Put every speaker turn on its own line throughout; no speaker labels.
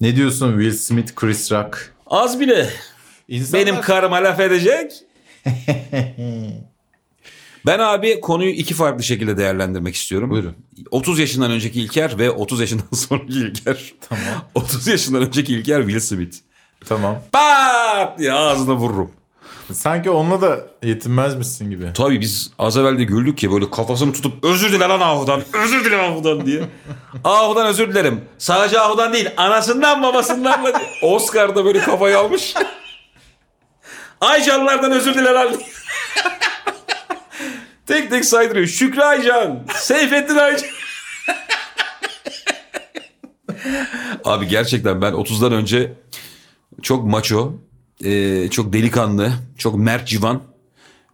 Ne diyorsun Will Smith, Chris Rock?
Az bile
İnsanlar...
benim karıma laf edecek. Ben abi konuyu iki farklı şekilde değerlendirmek istiyorum.
Buyurun.
30 yaşından önceki İlker ve 30 yaşından sonraki İlker.
Tamam.
30 yaşından önceki İlker Will Smith.
Tamam.
Pat diye ağzına vururum.
Sanki onunla da yetinmezmişsin gibi.
Tabii biz az evvel de güldük ya böyle kafasını tutup özür dile lan Ahu'dan, özür dile Ahu'dan diye. Ahu'dan özür dilerim. Sadece Ahu'dan değil, anasından babasından da diye. Oscar da böyle kafayı almış. Aycanlardan özür dile lan diye. tek tek saydırıyor. Şükrü Aycan, Seyfettin Aycan. Abi gerçekten ben 30'dan önce çok maço, e, çok delikanlı, çok mert civan.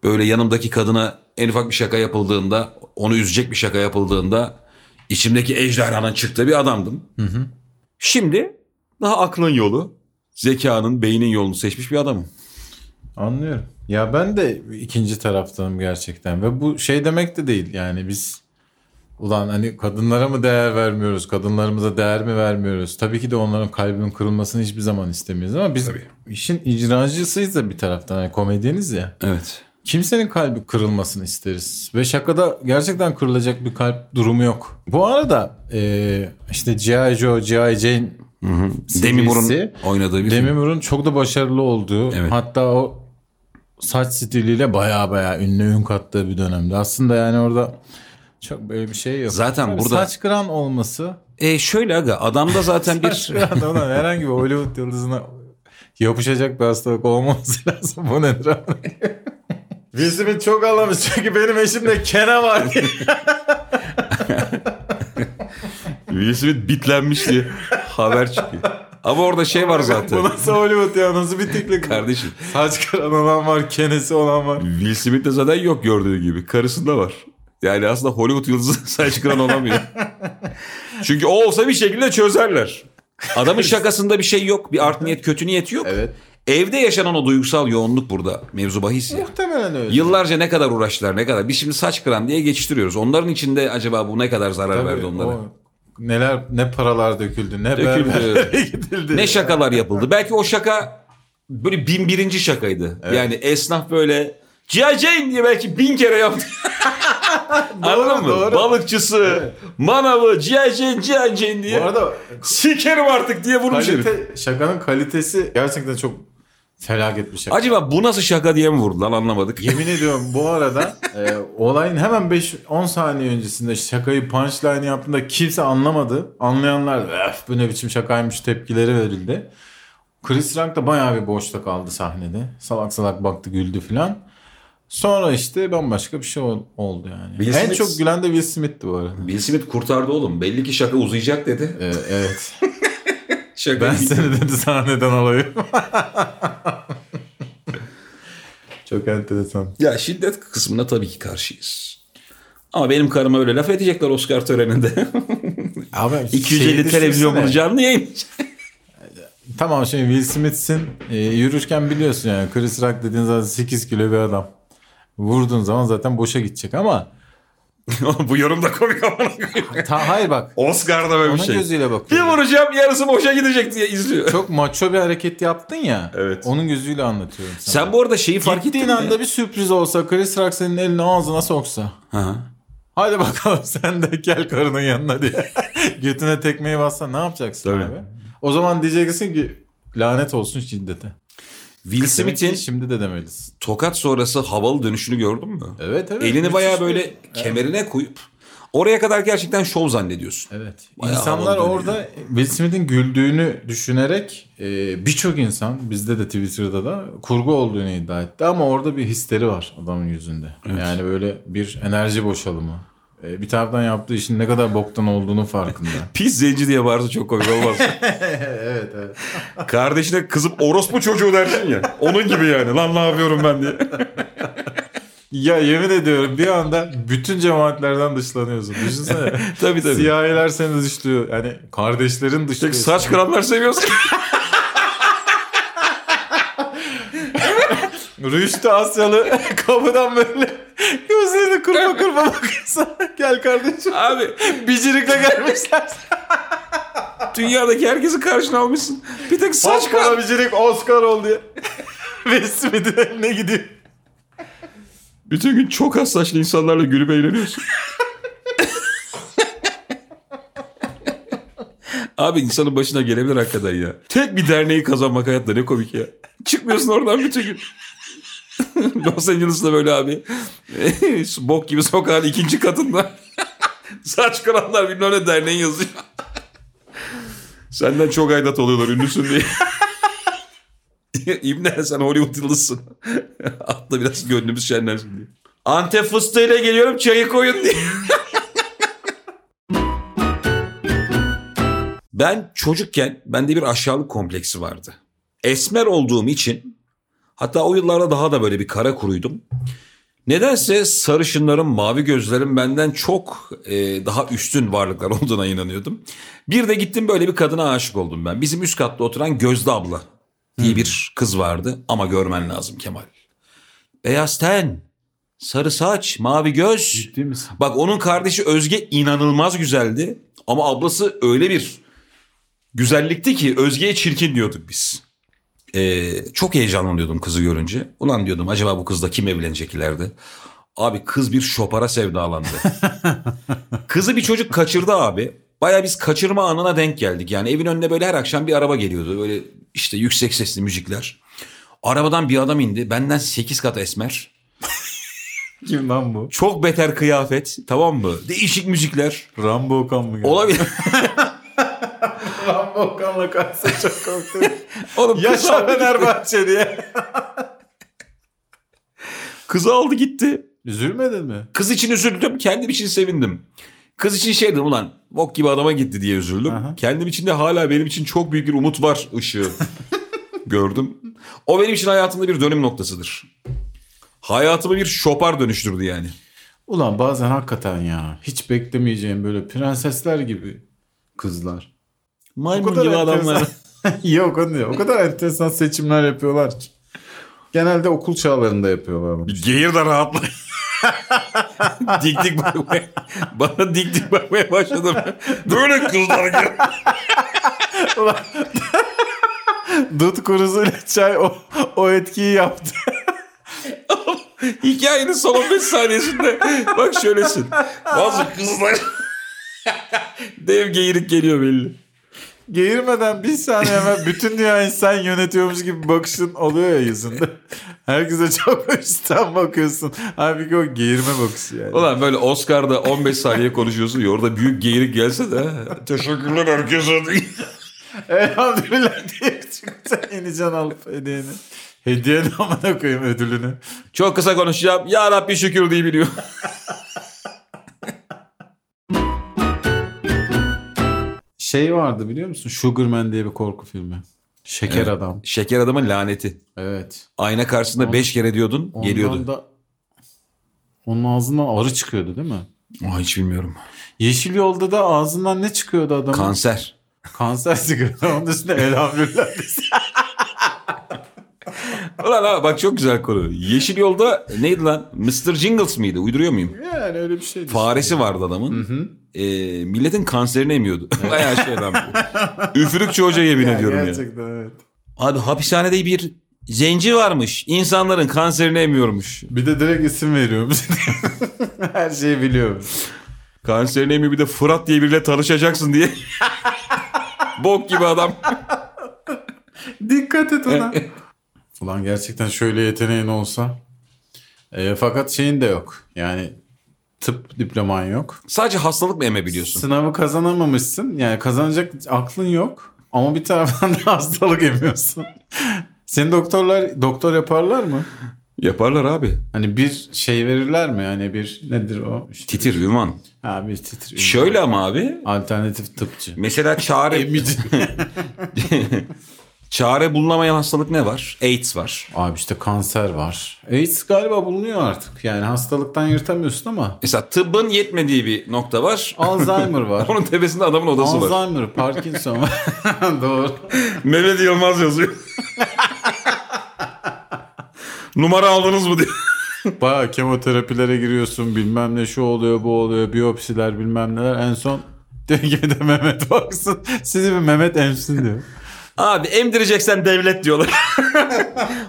Böyle yanımdaki kadına en ufak bir şaka yapıldığında, onu üzecek bir şaka yapıldığında içimdeki ejderhanın çıktığı bir adamdım. Şimdi daha aklın yolu, zekanın, beynin yolunu seçmiş bir adamım.
Anlıyorum. Ya ben de ikinci taraftanım gerçekten ve bu şey demek de değil yani biz ulan hani kadınlara mı değer vermiyoruz, kadınlarımıza değer mi vermiyoruz? Tabii ki de onların kalbinin kırılmasını hiçbir zaman istemiyoruz ama biz
Tabii.
işin icracısıyız da bir taraftan hani komedyeniz ya.
Evet.
Kimsenin kalbi kırılmasını isteriz. Ve şakada gerçekten kırılacak bir kalp durumu yok. Bu arada eee, işte G.I. Joe, G.I. Jane
Demi Moore'un
serisi-
oynadığı bir
Demi
film.
Moore'un çok da başarılı olduğu
Evet.
hatta o saç stiliyle baya baya ünlü ün kattığı bir dönemde. Aslında yani orada çok böyle bir şey yok.
Zaten
Tabii
burada-
Saç kıran olması
E şöyle aga adamda zaten
saç
bir...
kıran da olan herhangi bir Hollywood yıldızına yapışacak bir hastalık olmaması lazım. Bu nedir abi? Will Smith çok ağlamış çünkü benim eşimde kene var diye.
Will Smith bitlenmiş diye haber çıkıyor. Ama orada şey var zaten.
Bu nasıl Hollywood ya nasıl bir tiklik?
Kardeşim
Saç kıran olan var, kenesi olan var.
Will Smith'te zaten yok gördüğün gibi. Karısında var. Yani aslında Hollywood yıldızı saç kıran olamıyor. Çünkü o olsa bir şekilde çözerler. Adamın şakasında bir şey yok. Bir art niyet, kötü niyet yok.
Evet.
Evde yaşanan o duygusal yoğunluk burada. Mevzu bahis ya.
Muhtemelen öyle.
Yıllarca ne kadar uğraştılar, ne kadar. Biz şimdi saç kıran diye geçiştiriyoruz. Onların içinde acaba bu ne kadar zarar
Tabii,
verdi onlara?
o neler ne paralar döküldü ne
Döküldü.
berberlere gidildi.
Ne şakalar yapıldı. Belki o şaka böyle bin birinci şakaydı. Yani esnaf böyle G.I. Jane diye belki bin kere yaptı. Anladın mı?
doğru.
Balıkçısı, manavı, G.I. Jane, G.I. Jane
Bu
diye.
arada
Sikerim artık diye vurmuş herif.
kalite, şakanın kalitesi gerçekten çok felaket bir şaka.
Acaba bu nasıl şaka diye mi vurdu lan anlamadık.
Yemin ediyorum bu arada e, olayın hemen 5-10 saniye öncesinde şakayı punchline yaptığında kimse anlamadı. Anlayanlar "Öf, bu ne biçim şakaymış tepkileri verildi. Chris Rock da bayağı bir boşta kaldı sahnede. Salak salak baktı güldü filan. Sonra işte bambaşka bir şey ol- oldu yani.
Will
en
Smith-
çok gülen de Will Smith'ti bu arada.
Will Smith kurtardı oğlum. Belli ki şaka uzayacak dedi.
Ee, evet.
Şaka
Ben seni dedi sahneden alayım. Çok enteresan.
Ya şiddet kısmına tabii ki karşıyız. Ama benim karıma öyle laf edecekler Oscar töreninde.
Abi
250 televizyon bunu canlı yayın.
Tamam şimdi Will Smith'sin. Ee, yürürken biliyorsun yani Chris Rock dediğin zaten 8 kilo bir adam. Vurduğun zaman zaten boşa gidecek ama
Oğlum bu yorum da komik ama.
ta, hayır bak.
Oscar'da böyle
Onun
bir şey.
gözüyle
Bir
bakıyor.
vuracağım yarısı boşa gidecek diye izliyor.
Çok maço bir hareket yaptın ya.
Evet.
Onun gözüyle anlatıyorum sana.
Sen bu arada şeyi fark
Gittiğin
ettin mi?
anda bir sürpriz olsa Chris Rock senin elini ağzına soksa.
Ha.
Hadi bakalım sen de gel karının yanına diye. Götüne tekmeyi bassa ne yapacaksın
Tabii.
abi? O zaman diyeceksin ki lanet olsun şiddete.
Will
Demek ki
Smith'in
şimdi de demelisin.
tokat sonrası havalı dönüşünü gördün mü?
Evet evet.
Elini
Müthiş
bayağı
bir-
böyle kemerine koyup oraya kadar gerçekten şov zannediyorsun.
Evet.
Bayağı
İnsanlar
havalı
orada Will Smith'in güldüğünü düşünerek e, birçok insan bizde de Twitter'da da kurgu olduğunu iddia etti ama orada bir histeri var adamın yüzünde. Yani böyle bir enerji boşalımı. E, bir taraftan yaptığı işin ne kadar boktan olduğunu farkında.
Pis zenci diye bağırsa çok komik olmaz.
evet evet.
Kardeşine kızıp orospu çocuğu dersin ya. Onun gibi yani. Lan ne yapıyorum ben diye.
Ya yemin ediyorum bir anda bütün cemaatlerden dışlanıyorsun. Düşünsene.
tabii tabii.
Siyahiler seni dışlıyor. Yani kardeşlerin dışlıyor.
Tek saç kıranlar seviyorsun.
Rüştü Asyalı kapıdan böyle gözlerini kurma kurma bakıyorsa gel kardeşim.
Abi
Bicirikle gelmişler.
Dünyadaki herkesi karşına almışsın. Bir tek saç kal.
Oscar Oscar ol diye. Will Smith'in eline gidiyor.
Bütün gün çok az saçlı insanlarla gülüp eğleniyorsun. Abi insanın başına gelebilir hakikaten ya. Tek bir derneği kazanmak hayatta ne komik ya. Çıkmıyorsun oradan bütün gün. Los Angeles'ta böyle abi. Bok gibi sokağın ikinci katında. Saç kıranlar bilmem ne derneği yazıyor. Senden çok aidat oluyorlar ünlüsün diye. İbne sen Hollywood yıldızsın. Atla biraz gönlümüz şenlensin diye. Antep fıstığıyla geliyorum çayı koyun diye. ben çocukken bende bir aşağılık kompleksi vardı. Esmer olduğum için hatta o yıllarda daha da böyle bir kara kuruydum. Nedense sarışınlarım, mavi gözlerim benden çok e, daha üstün varlıklar olduğuna inanıyordum. Bir de gittim böyle bir kadına aşık oldum ben. Bizim üst katta oturan Gözde abla diye bir kız vardı ama görmen lazım Kemal. Beyaz ten, sarı saç, mavi göz.
Ciddi misin?
Bak onun kardeşi Özge inanılmaz güzeldi ama ablası öyle bir güzellikti ki Özge'ye çirkin diyorduk biz. Ee, çok heyecanlanıyordum kızı görünce. Ulan diyordum acaba bu kızla kim evlenecek ileride? Abi kız bir şopara sevdalandı. Kızı bir çocuk kaçırdı abi. Baya biz kaçırma anına denk geldik. Yani evin önüne böyle her akşam bir araba geliyordu. Böyle işte yüksek sesli müzikler. Arabadan bir adam indi. Benden 8 kat esmer.
Kim lan bu?
Çok beter kıyafet tamam mı? Değişik müzikler.
Rambo Okan mı geldi?
Olabilir.
Rambo Okan'la karşı çok korktum.
Oğlum kızı
Yaşa
aldı,
Fenerbahçe diye.
kızı aldı gitti.
Üzülmedin mi?
Kız için üzüldüm. Kendim için sevindim. Kız için şey dedim ulan bok gibi adama gitti diye üzüldüm.
Aha.
Kendim için de hala benim için çok büyük bir umut var ışığı. Gördüm. O benim için hayatımda bir dönüm noktasıdır. Hayatımı bir şopar dönüştürdü yani.
Ulan bazen hakikaten ya. Hiç beklemeyeceğim böyle prensesler gibi kızlar.
Maymun gibi
enteresan-
adamlar.
Yok onu diyor. O kadar enteresan seçimler yapıyorlar ki. Genelde okul çağlarında yapıyorlar bunu.
Bir Geğir de rahatla. dik dik bakmaya. Bana dik dik bakmaya başladım. Böyle kızlar gibi.
Dut kuruzuyla çay o, o etkiyi yaptı.
Hikayenin son 15 saniyesinde bak şöylesin. Bazı kızlar dev geyirik geliyor belli.
Geğirmeden bir saniye hemen bütün dünyayı sen yönetiyormuş gibi bakışın oluyor ya yüzünde. Herkese çok üstten bakıyorsun. Halbuki o geğirme bakışı yani.
Ulan böyle Oscar'da 15 saniye konuşuyorsun ya orada büyük geyirik gelse de. Teşekkürler herkese.
Elhamdülillah diye çıktı. İneceksin alıp hediyeni. Hediyeni amına koyayım ödülünü.
Çok kısa konuşacağım. Ya Rabbi şükür diye biliyor.
Şey vardı biliyor musun? Sugarman diye bir korku filmi. Şeker adam.
Şeker adamın laneti.
Evet.
Ayna karşısında 5 kere diyordun
Ondan
geliyordu.
da onun ağzından arı çıkıyordu değil mi?
Aa, hiç bilmiyorum.
Yeşil yolda da ağzından ne çıkıyordu adamın?
Kanser.
Kanser çıkıyordu. Onun üstüne elhamdülillah.
Ulan ha bak çok güzel konu. Yeşil yolda neydi lan? Mr. Jingles miydi? Uyduruyor muyum?
Yani öyle bir şey şeydi.
Faresi vardı adamın. Ee, milletin kanserini emiyordu. Bayağı şey lan bu. Üfürükçü hoca yemin ediyorum ya.
Gerçekten evet.
Abi hapishanede bir zenci varmış. İnsanların kanserini emiyormuş.
Bir de direkt isim veriyormuş. Her şeyi biliyormuş.
Kanserini emiyor bir de Fırat diye biriyle tanışacaksın diye. Bok gibi adam.
Dikkat et ona. Ulan gerçekten şöyle yeteneğin olsa. E, fakat şeyin de yok. Yani tıp diploman yok.
Sadece hastalık mı emebiliyorsun?
Sınavı kazanamamışsın. Yani kazanacak aklın yok. Ama bir taraftan da hastalık emiyorsun. Seni doktorlar doktor yaparlar mı?
Yaparlar abi.
Hani bir şey verirler mi? Yani bir nedir o? İşte,
Titir, ünvan.
ha bir titriyor.
Şöyle ama abi.
Alternatif tıpçı.
Mesela çare...
Emici.
çare bulunamayan hastalık ne var? AIDS var.
Abi işte kanser var. AIDS galiba bulunuyor artık. Yani hastalıktan yırtamıyorsun ama.
Mesela tıbbın yetmediği bir nokta var.
Alzheimer var.
Onun tepesinde adamın odası var.
Alzheimer, Parkinson var. Doğru.
Mehmet Yılmaz yazıyor. Numara aldınız mı diye.
Baya kemoterapilere giriyorsun bilmem ne şu oluyor bu oluyor biyopsiler bilmem neler. En son Diyor ki de Mehmet baksın. Sizi bir Mehmet emsin diyor.
Abi emdireceksen devlet diyorlar.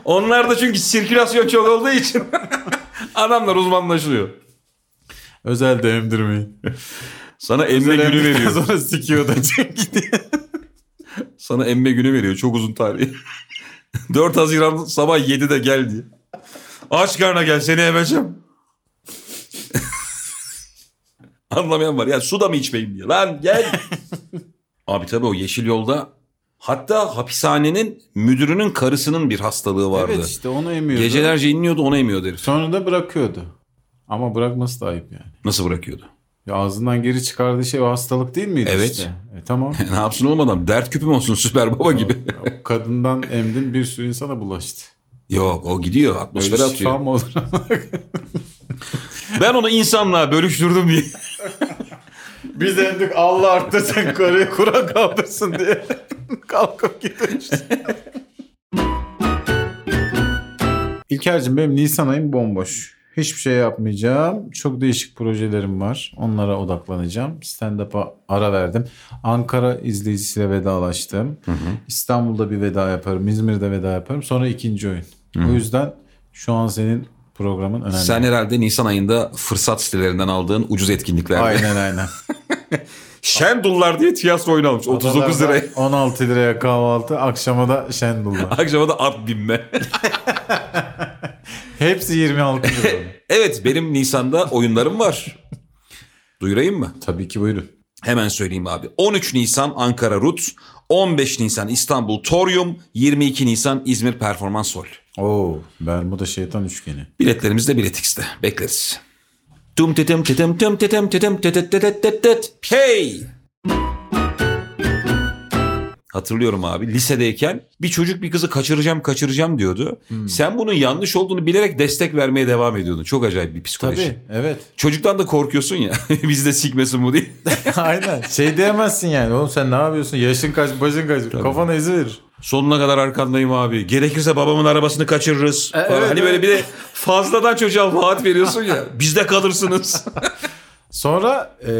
Onlar da çünkü sirkülasyon çok olduğu için adamlar uzmanlaşıyor.
Özel de emdirmeyin.
Sana emme
Özel
günü
emdikten
veriyor.
Sonra sikiyor da çünkü diye.
Sana emme günü veriyor. Çok uzun tarihi. 4 Haziran sabah 7'de gel diye. Aç karnına gel seni emeceğim. Anlamayan var. Ya su da mı içmeyeyim diye. Lan gel. Abi tabii o yeşil yolda hatta hapishanenin müdürünün karısının bir hastalığı vardı.
Evet işte onu emiyordu.
Gecelerce inliyordu ona emiyordu herif.
Sonra da bırakıyordu. Ama bırakması da ayıp yani.
Nasıl bırakıyordu?
Ya ağzından geri çıkardığı şey o hastalık değil miydi
Evet.
işte? E, tamam.
ne yapsın oğlum adam? Dert küpü mü olsun süper baba gibi?
O Kadından emdin bir sürü insana bulaştı.
Yok o gidiyor atmosfere
Böyle
atıyor.
şifam olur.
Ben onu insanlığa bölüştürdüm diye.
Biz emdik Allah arttırsın karıyı kura kaldırsın diye. Kalkıp gidiyor işte. İlker'cim benim Nisan ayım bomboş. Hiçbir şey yapmayacağım. Çok değişik projelerim var. Onlara odaklanacağım. Stand-up'a ara verdim. Ankara izleyicisiyle vedalaştım. İstanbul'da bir veda yaparım. İzmir'de veda yaparım. Sonra ikinci oyun. O yüzden şu an senin programın önemli.
Sen herhalde Nisan ayında fırsat sitelerinden aldığın ucuz etkinliklerde.
Aynen aynen.
Şendullar diye tiyatro oyunu almış. 39
Adalarda
liraya.
16 liraya kahvaltı, akşama da şendullah.
Akşama da at binme.
Hepsi 26 lira.
evet benim Nisan'da oyunlarım var. Duyurayım mı?
Tabii ki buyurun.
Hemen söyleyeyim abi. 13 Nisan Ankara Rut, 15 Nisan İstanbul Torium, 22 Nisan İzmir Performans Sol.
Oo, Bermuda şeytan üçgeni.
Biletlerimiz de biletix'te. Bekleriz. Tüm tetem tetem tüm tetem tetem tetet tetet tet tet. Hey! Hatırlıyorum abi lisedeyken bir çocuk bir kızı kaçıracağım kaçıracağım diyordu.
Hmm.
Sen bunun yanlış olduğunu bilerek destek vermeye devam ediyordun. Çok acayip bir psikoloji.
Tabii, evet.
Çocuktan da korkuyorsun ya. Biz de sikmesin bu diye.
Aynen. Şey diyemezsin yani. Oğlum sen ne yapıyorsun? Yaşın kaç, başın kaç. Kafana izi verir.
Sonuna kadar arkandayım abi. Gerekirse babamın arabasını kaçırırız. falan.
E, evet,
hani böyle bir de fazladan çocuğa vaat veriyorsun ya. Bizde kalırsınız.
Sonra e,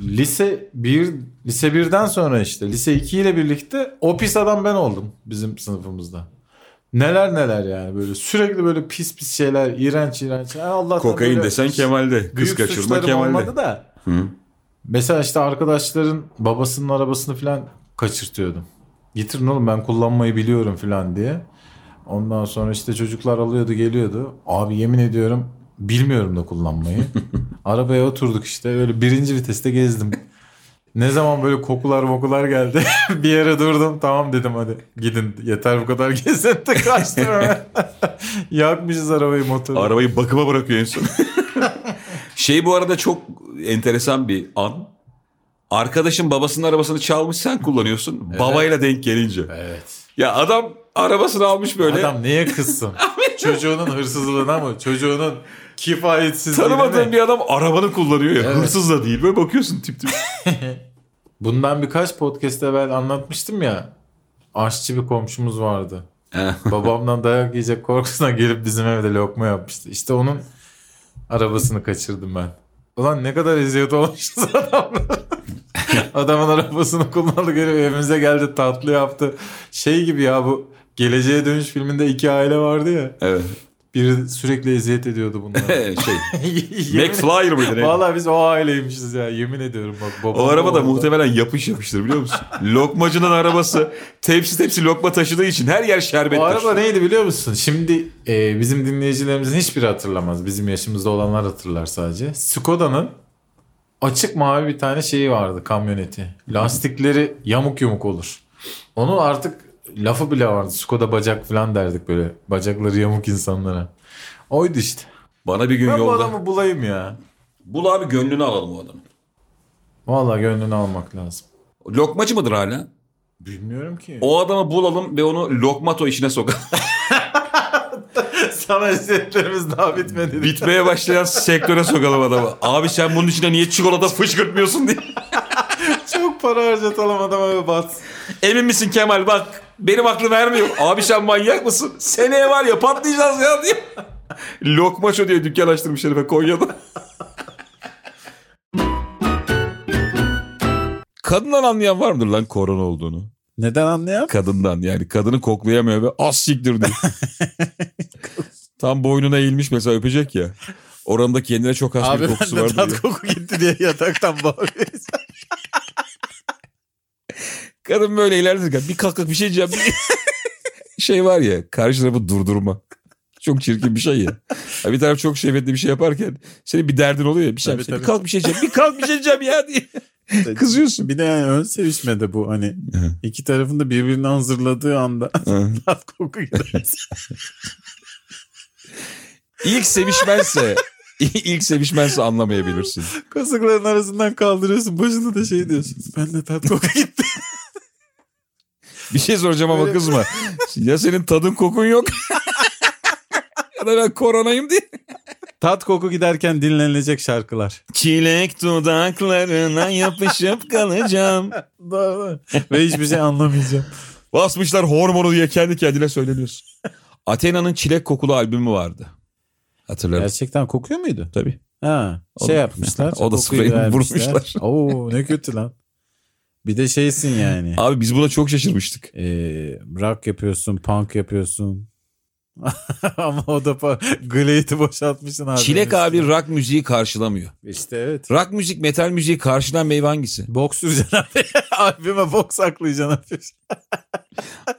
lise 1 lise 1'den sonra işte lise 2 ile birlikte o pis adam ben oldum bizim sınıfımızda. Neler neler yani böyle sürekli böyle pis pis şeyler, iğrenç iğrenç. Ha, Allah'tan böyle-
Kemal'de.
Büyük suçlarım olmadı da. Mesela işte arkadaşların babasının arabasını falan kaçırtıyordum. Getirin oğlum ben kullanmayı biliyorum falan diye. Ondan sonra işte çocuklar alıyordu geliyordu. Abi yemin ediyorum bilmiyorum da kullanmayı. Arabaya oturduk işte böyle birinci viteste gezdim. Ne zaman böyle kokular mokular geldi. bir yere durdum tamam dedim hadi gidin yeter bu kadar gezin kaçtım hemen. Yakmışız arabayı motoru.
Arabayı bakıma bırakıyor en son. şey bu arada çok enteresan bir an. Arkadaşın babasının arabasını çalmış sen kullanıyorsun. Babayla denk gelince.
evet.
Ya adam arabasını almış böyle.
Adam neye kızsın? Çocuğunun hırsızlığına mı? Çocuğunun kifayetsizliğine
Tanımadığın
mi?
bir adam arabanı kullanıyor ya. Hırsız da değil. Böyle bakıyorsun tip tip.
Bundan birkaç podcast evvel anlatmıştım ya. Aşçı bir komşumuz vardı.
Ha.
Babamdan dayak yiyecek korkusuna gelip bizim evde lokma yapmıştı. İşte onun arabasını kaçırdım ben. Ulan ne kadar eziyet olmuşuz adamlar. Adamın arabasını kullandı geliyor evimize geldi tatlı yaptı. Şey gibi ya bu Geleceğe Dönüş filminde iki aile vardı ya.
evet.
Biri sürekli eziyet ediyordu bunlara.
şey.
Yemin-
McFlyer mıydı ne?
Vallahi biz o aileymişiz ya yemin ediyorum bak babam.
O araba da
oldu.
muhtemelen yapış yapıştır biliyor musun? Lokmacının arabası tepsi tepsi lokma taşıdığı için her yer şerbettir.
O araba neydi biliyor musun? Şimdi e, bizim dinleyicilerimizin hiçbiri hatırlamaz. Bizim yaşımızda olanlar hatırlar sadece. Skoda'nın açık mavi bir tane şeyi vardı kamyoneti. Lastikleri yamuk yumuk olur. Onun artık lafı bile vardı. Skoda bacak falan derdik böyle. Bacakları yamuk insanlara. Oydu işte.
Bana bir gün
Ben bu
yolda.
adamı bulayım ya.
Bul abi gönlünü alalım o adamın.
Vallahi gönlünü almak lazım.
Lokmacı mıdır hala?
Bilmiyorum ki.
O adamı bulalım ve onu lokmato işine sokalım.
Sana eziyetlerimiz daha bitmedi.
Bitmeye başlayan sektöre sokalım adamı. Abi sen bunun içine niye çikolata fışkırtmıyorsun diye.
Çok para harcatalım adama ve bat.
Emin misin Kemal bak benim aklım vermiyor. Abi sen manyak mısın? Seneye var ya patlayacağız ya diye. Lokmaço diye dükkan açtırmış herife Konya'da. Kadından anlayan var mıdır lan korona olduğunu?
Neden anlayan?
Kadından yani kadını koklayamıyor ve as siktir diyor. Tam boynuna eğilmiş mesela öpecek ya. Oranın da kendine çok has
Abi
bir kokusu
bende
var diyor.
tat koku gitti diye yataktan bağırıyor.
Kadın böyle ilerlerken bir kalk kalk bir şey diyeceğim. Bir şey var ya karşı tarafı durdurma. Çok çirkin bir şey ya. Ha, Bir taraf çok şehvetli bir şey yaparken senin bir derdin oluyor ya. Bir, şey
Tabii,
yapsana, bir
tabii.
kalk bir şey diyeceğim. Bir kalk bir şey diyeceğim ya diye. Kızıyorsun.
Bir de yani ön sevişmede bu hani
Hı.
iki tarafın da birbirini hazırladığı anda
Hı.
tat koku gider.
İlk sevişmense ilk sevişmense anlamayabilirsin.
Kasıkların arasından kaldırıyorsun. Başında da şey diyorsun. Bende tat koku gitti.
Bir şey soracağım ama
Öyle-
kızma. Ya senin tadın kokun yok. ya da ben koronayım diye.
tat koku giderken dinlenilecek şarkılar.
Çilek dudaklarına yapışıp kalacağım.
Doğru. Ve hiçbir şey anlamayacağım.
Basmışlar hormonu diye kendi kendine söyleniyorsun. Athena'nın çilek kokulu albümü vardı. Hatırlarım.
Gerçekten kokuyor muydu?
Tabii.
Ha, şey
O da-
yapmışlar.
o da
kokuyu
spreyle
vermişler.
vurmuşlar.
Oo ne kötü lan. Bir de şeysin yani.
Abi biz buna çok şaşırmıştık.
Ee, rock yapıyorsun, punk yapıyorsun. Ama o da pa- Glade'i boşaltmışsın abi.
Çilek abi rock müziği karşılamıyor.
İşte evet.
Rock müzik, metal müziği karşılan meyve hangisi?
Boks süreceksin abi. Albüme boks saklayacaksın abi.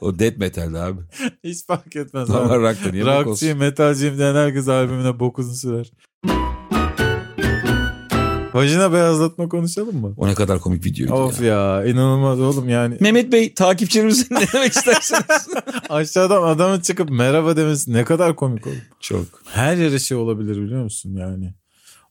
O death metaldi abi.
Hiç fark etmez
Ama
abi.
rock da niye rock olsun?
Rockçıyım, metalciyim diyen herkes albümüne bokunu sürer. Vajina beyazlatma konuşalım mı?
O ne kadar komik videoydu
Of
ya.
ya inanılmaz oğlum yani.
Mehmet Bey takipçilerimizin ne demek isterseniz.
Aşağıdan adamın çıkıp merhaba demesi ne kadar komik oğlum.
çok.
Her yere şey olabilir biliyor musun yani.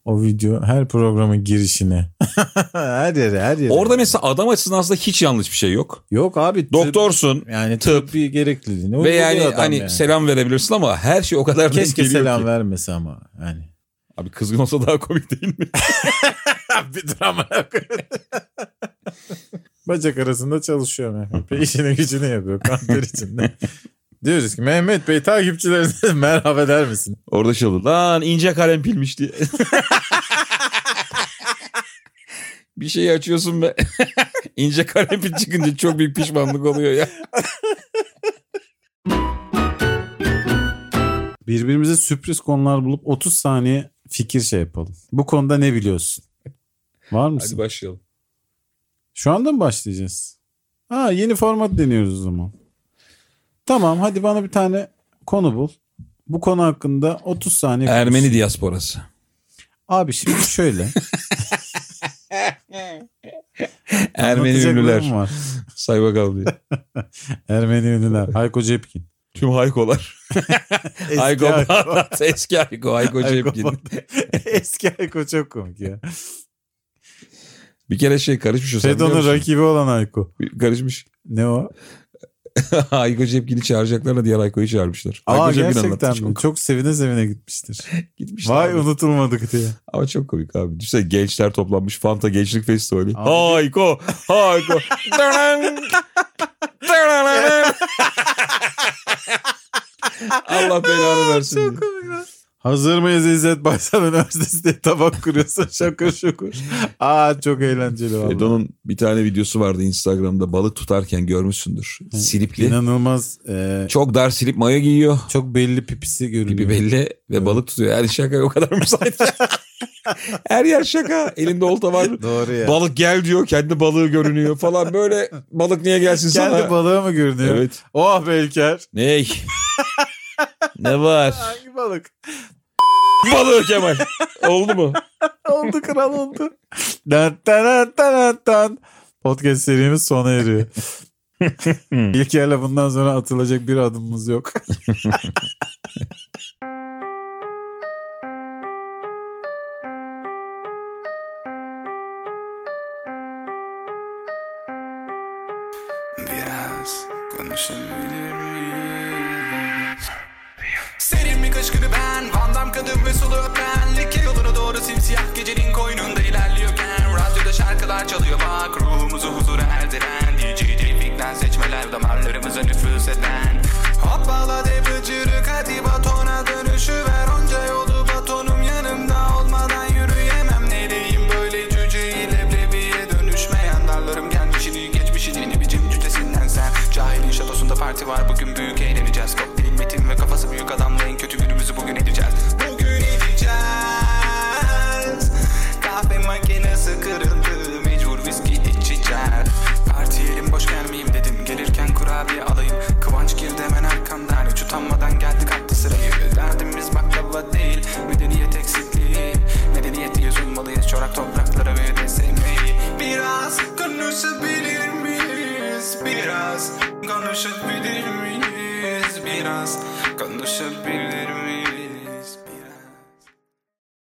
O video her programın girişine. her yere her yere.
Orada mesela adam açısından aslında hiç yanlış bir şey yok.
Yok abi. tıp-
Doktorsun
yani
tıp.
tıbbi gerekliliğini.
ve
uyguluyor
yani
adam
hani selam verebilirsin ama her şey o kadar denk
Keşke
geliyor
selam
ki.
vermese ama yani.
Abi kızgın olsa daha komik değil mi?
bir drama Bacak arasında çalışıyor Mehmet Bey. İşini gücünü yapıyor kanter içinde. Diyoruz ki Mehmet Bey takipçilerinize merhaba der misin?
Orada şey olur. Lan ince kalem pilmiş diye. bir şey açıyorsun be. ince kalem pil çıkınca çok büyük pişmanlık oluyor ya.
Birbirimize sürpriz konular bulup 30 saniye fikir şey yapalım. Bu konuda ne biliyorsun? Var mısın?
Hadi başlayalım.
Şu anda mı başlayacağız? Ha yeni format deniyoruz o zaman. Tamam hadi bana bir tane konu bul. Bu konu hakkında 30 saniye konuş.
Ermeni diasporası.
Abi şimdi şöyle.
Ermeni
Anlatacak
ünlüler.
bölüm var.
Say bakalım diye.
Ermeni ünlüler. Hayko Cepkin.
Tüm haykolar. Hayko Bağdat. Eski hayko. Hayko
Hayko
Cepkin.
Bağdat. Eski Hayko çok komik ya.
Bir kere şey karışmış o. sen biliyor
Fedon'un
musun?
rakibi olan Hayko.
Karışmış.
Ne o?
Hayko Cepkin'i çağıracaklarla diğer Hayko'yu çağırmışlar.
Aa
Hayko Cepkin
gerçekten
anlattı.
mi?
Çok
Çok sevine sevine gitmiştir.
gitmiş.
Vay
abi.
unutulmadık diye.
Ama çok komik abi. Düşünsene gençler toplanmış Fanta Gençlik Festivali.
Abi-
Hayko, Hayko. Dırın, dırın. Allah belanı versin. diye.
Hazır mıyız İzzet Baysal Üniversitesi diye tabak kuruyorsun şakır şukur. Aa çok
Şey,
eğlenceli valla.
Fedon'un bir tane videosu vardı Instagram'da balık tutarken görmüşsündür. Silipli.
İnanılmaz e, çok,
Çok dar silip maya giyiyor.
belli pipisi görünüyor.
Gibi belli ve balık tutuyor. Yani şaka o kadar müsait. Her yer şaka. Elinde olta var.
Doğru ya.
Balık gel diyor. Kendi balığı görünüyor falan. Böyle balık niye gelsin sana?
Kendi balığı mı görünüyor?
Evet.
Oh Belker.
Ney? ne var?
Hangi balık?
Balığı Kemal. Oldu mu?
oldu kral oldu. Dan, dan, dan, dan, dan. Podcast serimiz sona eriyor. İlk yerle bundan sonra atılacak bir adımımız yok.
Biraz konuşabilir miyiz? Serin bir kış günü ben Van Damme kadın ve sulu öpen Like yoluna doğru simsiyah gecenin koynunda ilerliyorken Radyoda şarkılar çalıyor bak Ruhumuzu huzura erdiren DJ Cepik'ten seçmeler damarlarımıza nüfuz eden Hop bağla de bıcırık hadi batona dönüşü ver Onca yolu batonum yanımda olmadan yürüyemem Ne diyeyim böyle cüceyi leblebiye dönüşmeyen Darlarım gel konuşabilir miyiz biraz konuşabilir